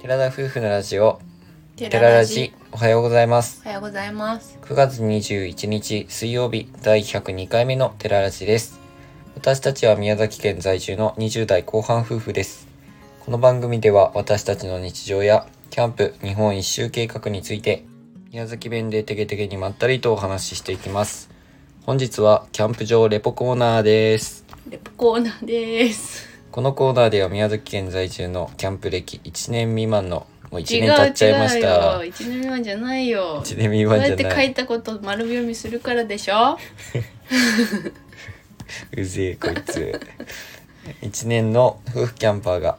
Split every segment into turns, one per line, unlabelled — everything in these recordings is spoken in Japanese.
寺田夫婦のラジオ
テ
寺ラジおはようございます
おはようございます
9月21日水曜日第102回目の寺ラジです私たちは宮崎県在住の20代後半夫婦ですこの番組では私たちの日常やキャンプ日本一周計画について宮崎弁でテゲテゲにまったりとお話ししていきます本日はキャンプ場レポコーナーです
レポコーナーです
このコーナーでは宮崎県在住のキャンプ歴1年未満のもう1年経っちゃいました
違う違うよ一年未満じゃないよ
1年未
こう
満
やっ
じゃ
て
な
書
い
いたこと丸読みするからでしょ
うぜえこいつ1年の夫婦キャンパーが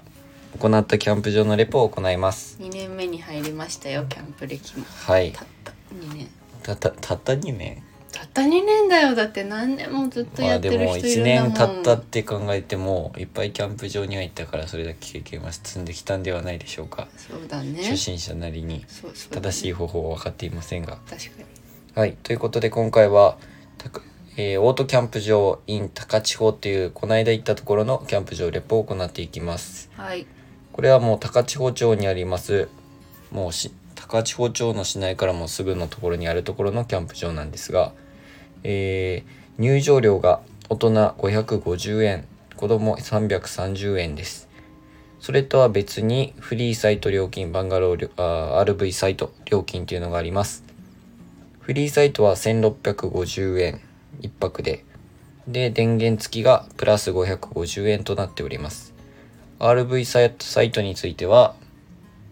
行ったキャンプ場のレポを行います
2年目に入りましたよキャンプ歴も
はい
たった2年
たたたった2年
たった2年だよだって何年もずっと
ま
や
あ
って
で
る
も
人い
1
るんだもん、
年経ったって考えてもいっぱいキャンプ場には行ったからそれだけ経験は積んできたんではないでしょうか
そうだね
初心者なりに
そうそうだね
正しい方法は分かっていませんが
確かに
はい、ということで今回は、たかえーオートキャンプ場 in 高千穂というこの間行ったところのキャンプ場レポを行っていきます。
はい
これはもう高千穂町にあります、もうし高千穂町の市内からもうすぐのところにあるところのキャンプ場なんですが、えー入場料が大人550円、子供330円です。それとは別にフリーサイト料金、バンガロー料あー RV サイト料金というのがあります。フリーサイトは1650円1泊で。で、電源付きがプラス550円となっております。RV サイトサイトについては、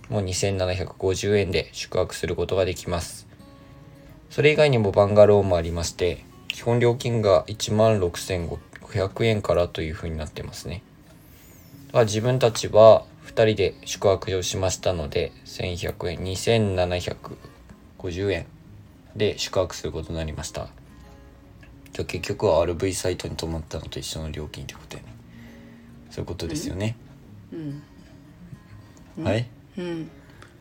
もう2750円で宿泊することができます。それ以外にもバンガローもありまして、基本料金が16,500円からというふうになってますね。まあ自分たちは2人で宿泊をしましたので、1100円、2750円で宿泊することになりましたじゃあ結局は RV サイトに泊まったのと一緒の料金ってことやねそういうことですよね、
うん
はい
うん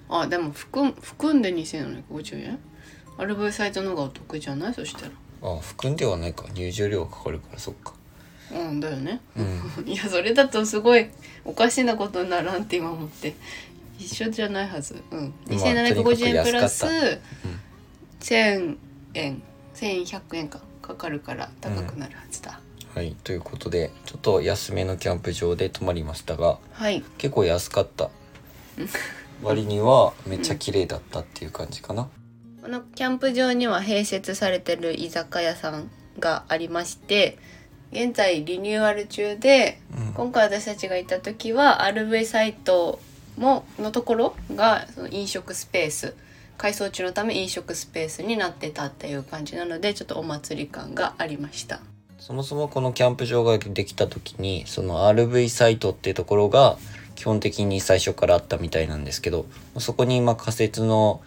あでも含ん含んで2750円アルバイトサイトの方がお得じゃないそしたら
あ含んではないか入場料がかかるからそっか
うんだよね
うん
いやそれだとすごいおかしなことにならんって今思って一緒じゃないはずうん
まあとにかく
2750円プラス
安か
1000円1100円かかかるから高くなるはずだ、
はいということでちょっと安めのキャンプ場で泊まりましたが
はい
結構安かった割にはめっちゃ綺麗だったっていう感じかな
このキャンプ場には併設されてる居酒屋さんがありまして現在リニューアル中で
うん
今回私たちが行った時は RV サイトものところがその飲食スペース改装中のため飲食スペースになってたっていう感じなのでちょっとお祭り感がありました
そもそもこのキャンプ場ができた時にその RV サイトっていうところが基本的に最初からあったみたいなんですけどそこに今仮設の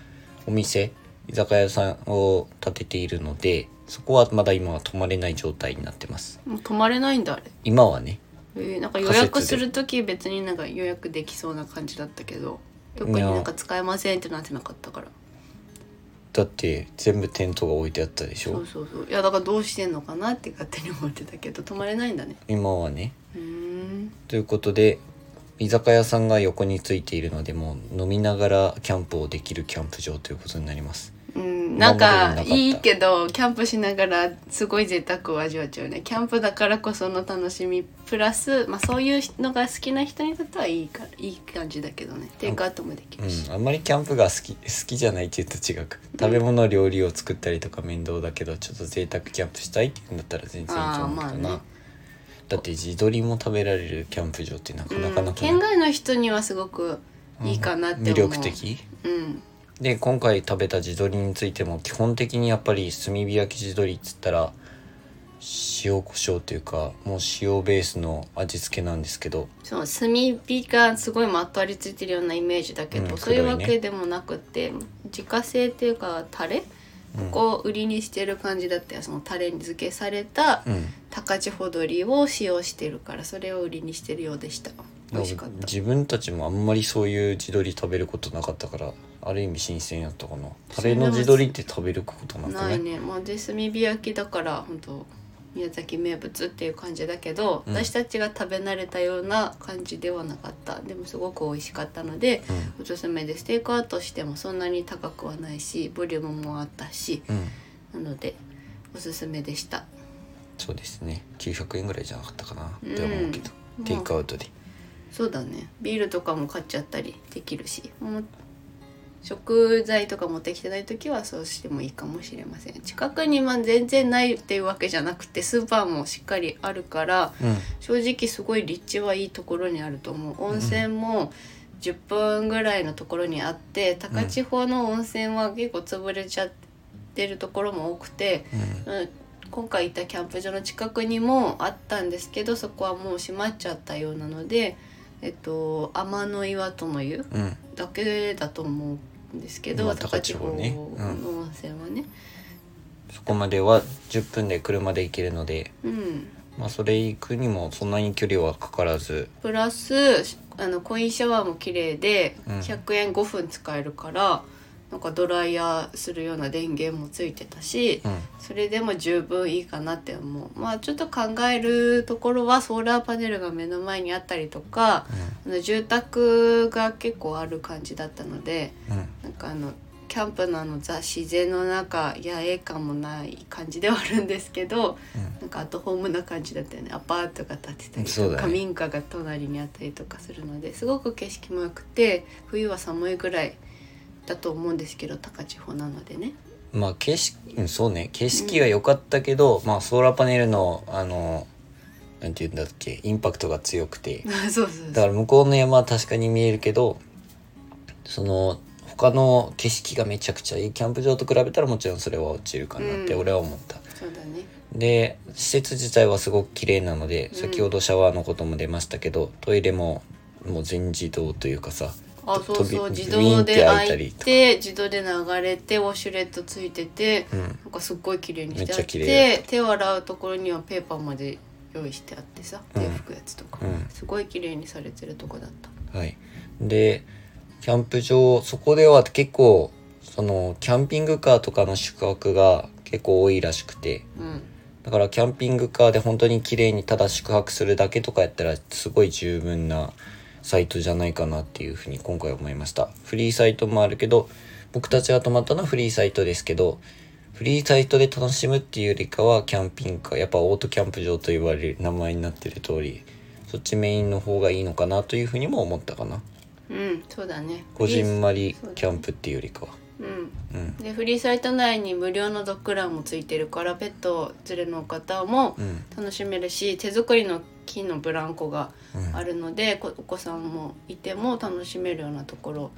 お店居酒屋さんを建てているのでそこはまだ今は泊まれない状態になってます
もう泊まれないんだあれ、
今はね
えーなんか予
仮設で
約する時別になんか予約できそうな感じだったけど特になんか使えませんってなってなかったから
だって全部テントが置いてあったでし
そ
ょ
うそうそういやだからどうしてんのかなって勝手に思ってたけど泊まれないんだね
今はね
うーん
ということで居酒屋さんが横についているのでもう飲みながらキャンプをできるキャンプ場ということになります
うん
今
な
ま
ん
でになかった
かいいけどキャンプしながらすごい贅沢を味わっちゃうねキャンプだからこその楽しみプラス、まあ、そういうのが好きな人にとってはいいからいい感じだけどねテイクアウトもできるし
うん、あんまりキャンプが好き好きじゃないって言うと違うか食べ物料理を作ったりとか面倒だけどちょっと贅沢キャンプしたいって言うんだったら全然いいと思うけどな、
あーまあね
だって自撮りも食べられるキャンプ場ってなか
うん
なかなくない、
県外の人にはすごくいいかなって思う、
魅力的
うん
で今回食べた地鶏についても基本的にやっぱり炭火焼き地鶏っつったら塩コショウというかもう塩ベースの味付けなんですけど
そう炭火がすごいまとわりついてるようなイメージだけど、
うん
そういうわ
黒いね
けでもなくて自家製っていうかタレ、ここを売りにしてる感じだったよそのタレに漬けされた
うん
高千穂鶏を使用してるからそれを売りにしてるようでした美味しかった
自分たちもあんまりそういう地鶏食べることなかったからある意味新鮮やったかなタレの地鶏って食べることなくな
ないいねまあで炭火焼きだから本当宮崎名物っていう感じだけど、
うん
私たちが食べ慣れたような感じではなかったでもすごく美味しかったので
うん
おすすめですテイクアウトしてもそんなに高くはないしボリュームもあったし
うん
なのでおすすめでした
そうですね900円ぐらいじゃなかったかなって思うけど、
うん
テイクアウトで
そうだねビールとかも買っちゃったりできるしもう食材とか持ってきてない時はそうしてもいいかもしれません近くにまあ全然ないっていうわけじゃなくてスーパーもしっかりあるから
うん
正直すごい立地はいいところにあると思う温泉も10分ぐらいのところにあって高千穂の温泉は結構潰れちゃってるところも多くて、
うん
うん、今回行ったキャンプ場の近くにもあったんですけどそこはもう閉まっちゃったようなので、えっと、天の岩との湯
うん
だけだと思うんですけど、
まあ
高千穂
高千
の
穂ねう
温泉はね。
そこまでは10分で車で行けるので
うん
まあそれ行くにもそんなに距離はかからず
プラスあのコインシャワーも綺麗で
うん
100円5分使えるから、なんかドライヤーするような電源もついてたし
うん
それでも十分いいかなって思うまあちょっと考えるところはソーラーパネルが目の前にあったりとかあの住宅が結構ある感じだったので
うんうん
なんかあのキャンプのあのザ自然の中野営感もない感じではあるんですけどなんかアットホームな感じだったよねアパートが建ってたり
そうだ
と
ね
か、民家が隣にあったりとかするのですごく景色も良くて冬は寒いぐらいだと思うんですけど高千穂なの でね
うんまあ景色うんそうね景色は良かったけど、まあソーラーパネルのあのなんていうんだっけインパクトが強くて
そうそう
だ
そう
から向こうの山は確かに見えるけどその他の景色がめちゃくちゃいいキャンプ場と比べたらもちろんそれは落ちるかなって
うん
俺は思った、
そうだね
で施設自体はすごく綺麗なので、
うん
先ほどシャワーのことも出ましたけどトイレももう全自動というかさ
あ
と
そうそう
飛び
自
ウィン
動
って
で
開いた
開
り
い
とか
て自動で流れてウォシュレットついてて
うん
なんかすっごい綺麗にしてあ
めっち
っ
ゃ綺麗
て手を洗うところにはペーパーまで用意してあってさ
うん
手拭くやつとか、
うん
すごい綺麗にされてるとこだった
はいでキャンプ場そこでは結構そのキャンピングカーとかの宿泊が結構多いらしくて
うん
だからキャンピングカーで本当に綺麗にただ宿泊するだけとかやったらすごい十分なサイトじゃないかなっていうふうに今回思いましたフリーサイトもあるけど僕たちが泊まったのはフリーサイトですけどフリーサイトで楽しむっていうよりかはキャンピングカーやっぱオートキャンプ場と言われる名前になってる通りそっちメインの方がいいのかなというふうにも思ったかな
うんそうだね
こじんまりキャンプっていうよりかは
うん
うん
でフリーサイト内に無料のドッグランもついてるからペット連れの方も
うん
楽しめるし手作りの木のブランコが
うん
あるので、こお子さんもいても楽しめるようなところ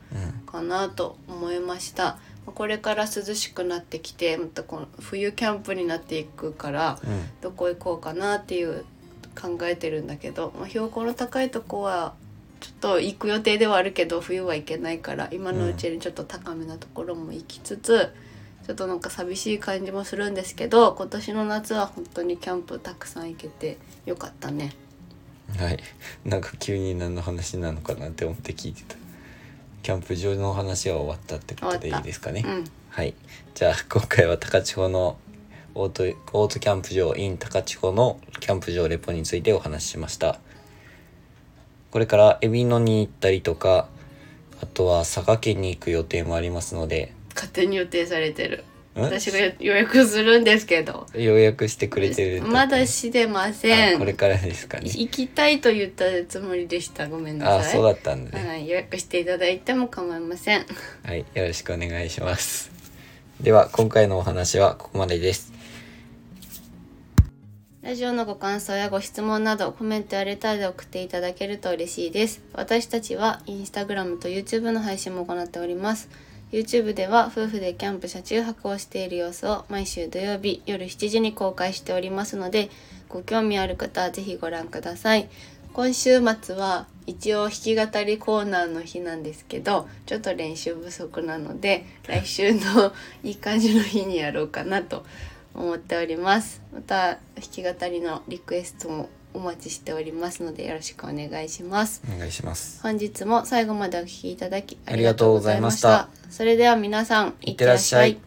かなと思いましたまあこれから涼しくなってきてまたこの冬キャンプになっていくから
うんうん
どこ行こうかなっていう考えてるんだけど、まあ、標高の高いとこはちょっと行く予定ではあるけど冬は行けないから今のうちにちょっと高めなところも行きつつ、ちょっとなんか寂しい感じもするんですけど今年の夏は本当にキャンプたくさん行けてよかったね。
はい、なんか急に何の話なのかなって思って聞いてた。キャンプ場のお話は終わったってことで
終
い
わ
い
った
ですかね。
うん、
はい、じゃあ今回は高千穂のオートオートキャンプ場 in 高千穂のキャンプ場レポについてお話ししました。これから海老野に行ったりとか、あとは佐賀県に行く予定もありますので、
勝手に予定されてる
ん
私が予約するんですけど
予約してくれてる。
まだしてませ
あ
ん
これからですかね。
行きたいと言ったつもりでしたごめんなさい
あ、そうだったんだね。
はい、予約していただいても構いません。
はい、よろしくお願いします。では、今回のお話はここまでです。
ラジオのご感想やご質問などコメントやレターで送っていただけると嬉しいです。私たちはインスタグラムと YouTube の配信も行っております。YouTube では夫婦でキャンプ車中泊をしている様子を毎週土曜日夜7時に公開しておりますのでご興味ある方はぜひご覧ください。今週末は一応弾き語りコーナーの日なんですけどちょっと練習不足なので来週のいい感じの日にやろうかなと思っておりますまた弾き語りのリクエストもお待ちしておりますのでよろしくお願いします
お願いします。
本日も最後までお聴きいただき
ありがとうございました
ありがとうございましたそれでは皆さん
いってらっしゃい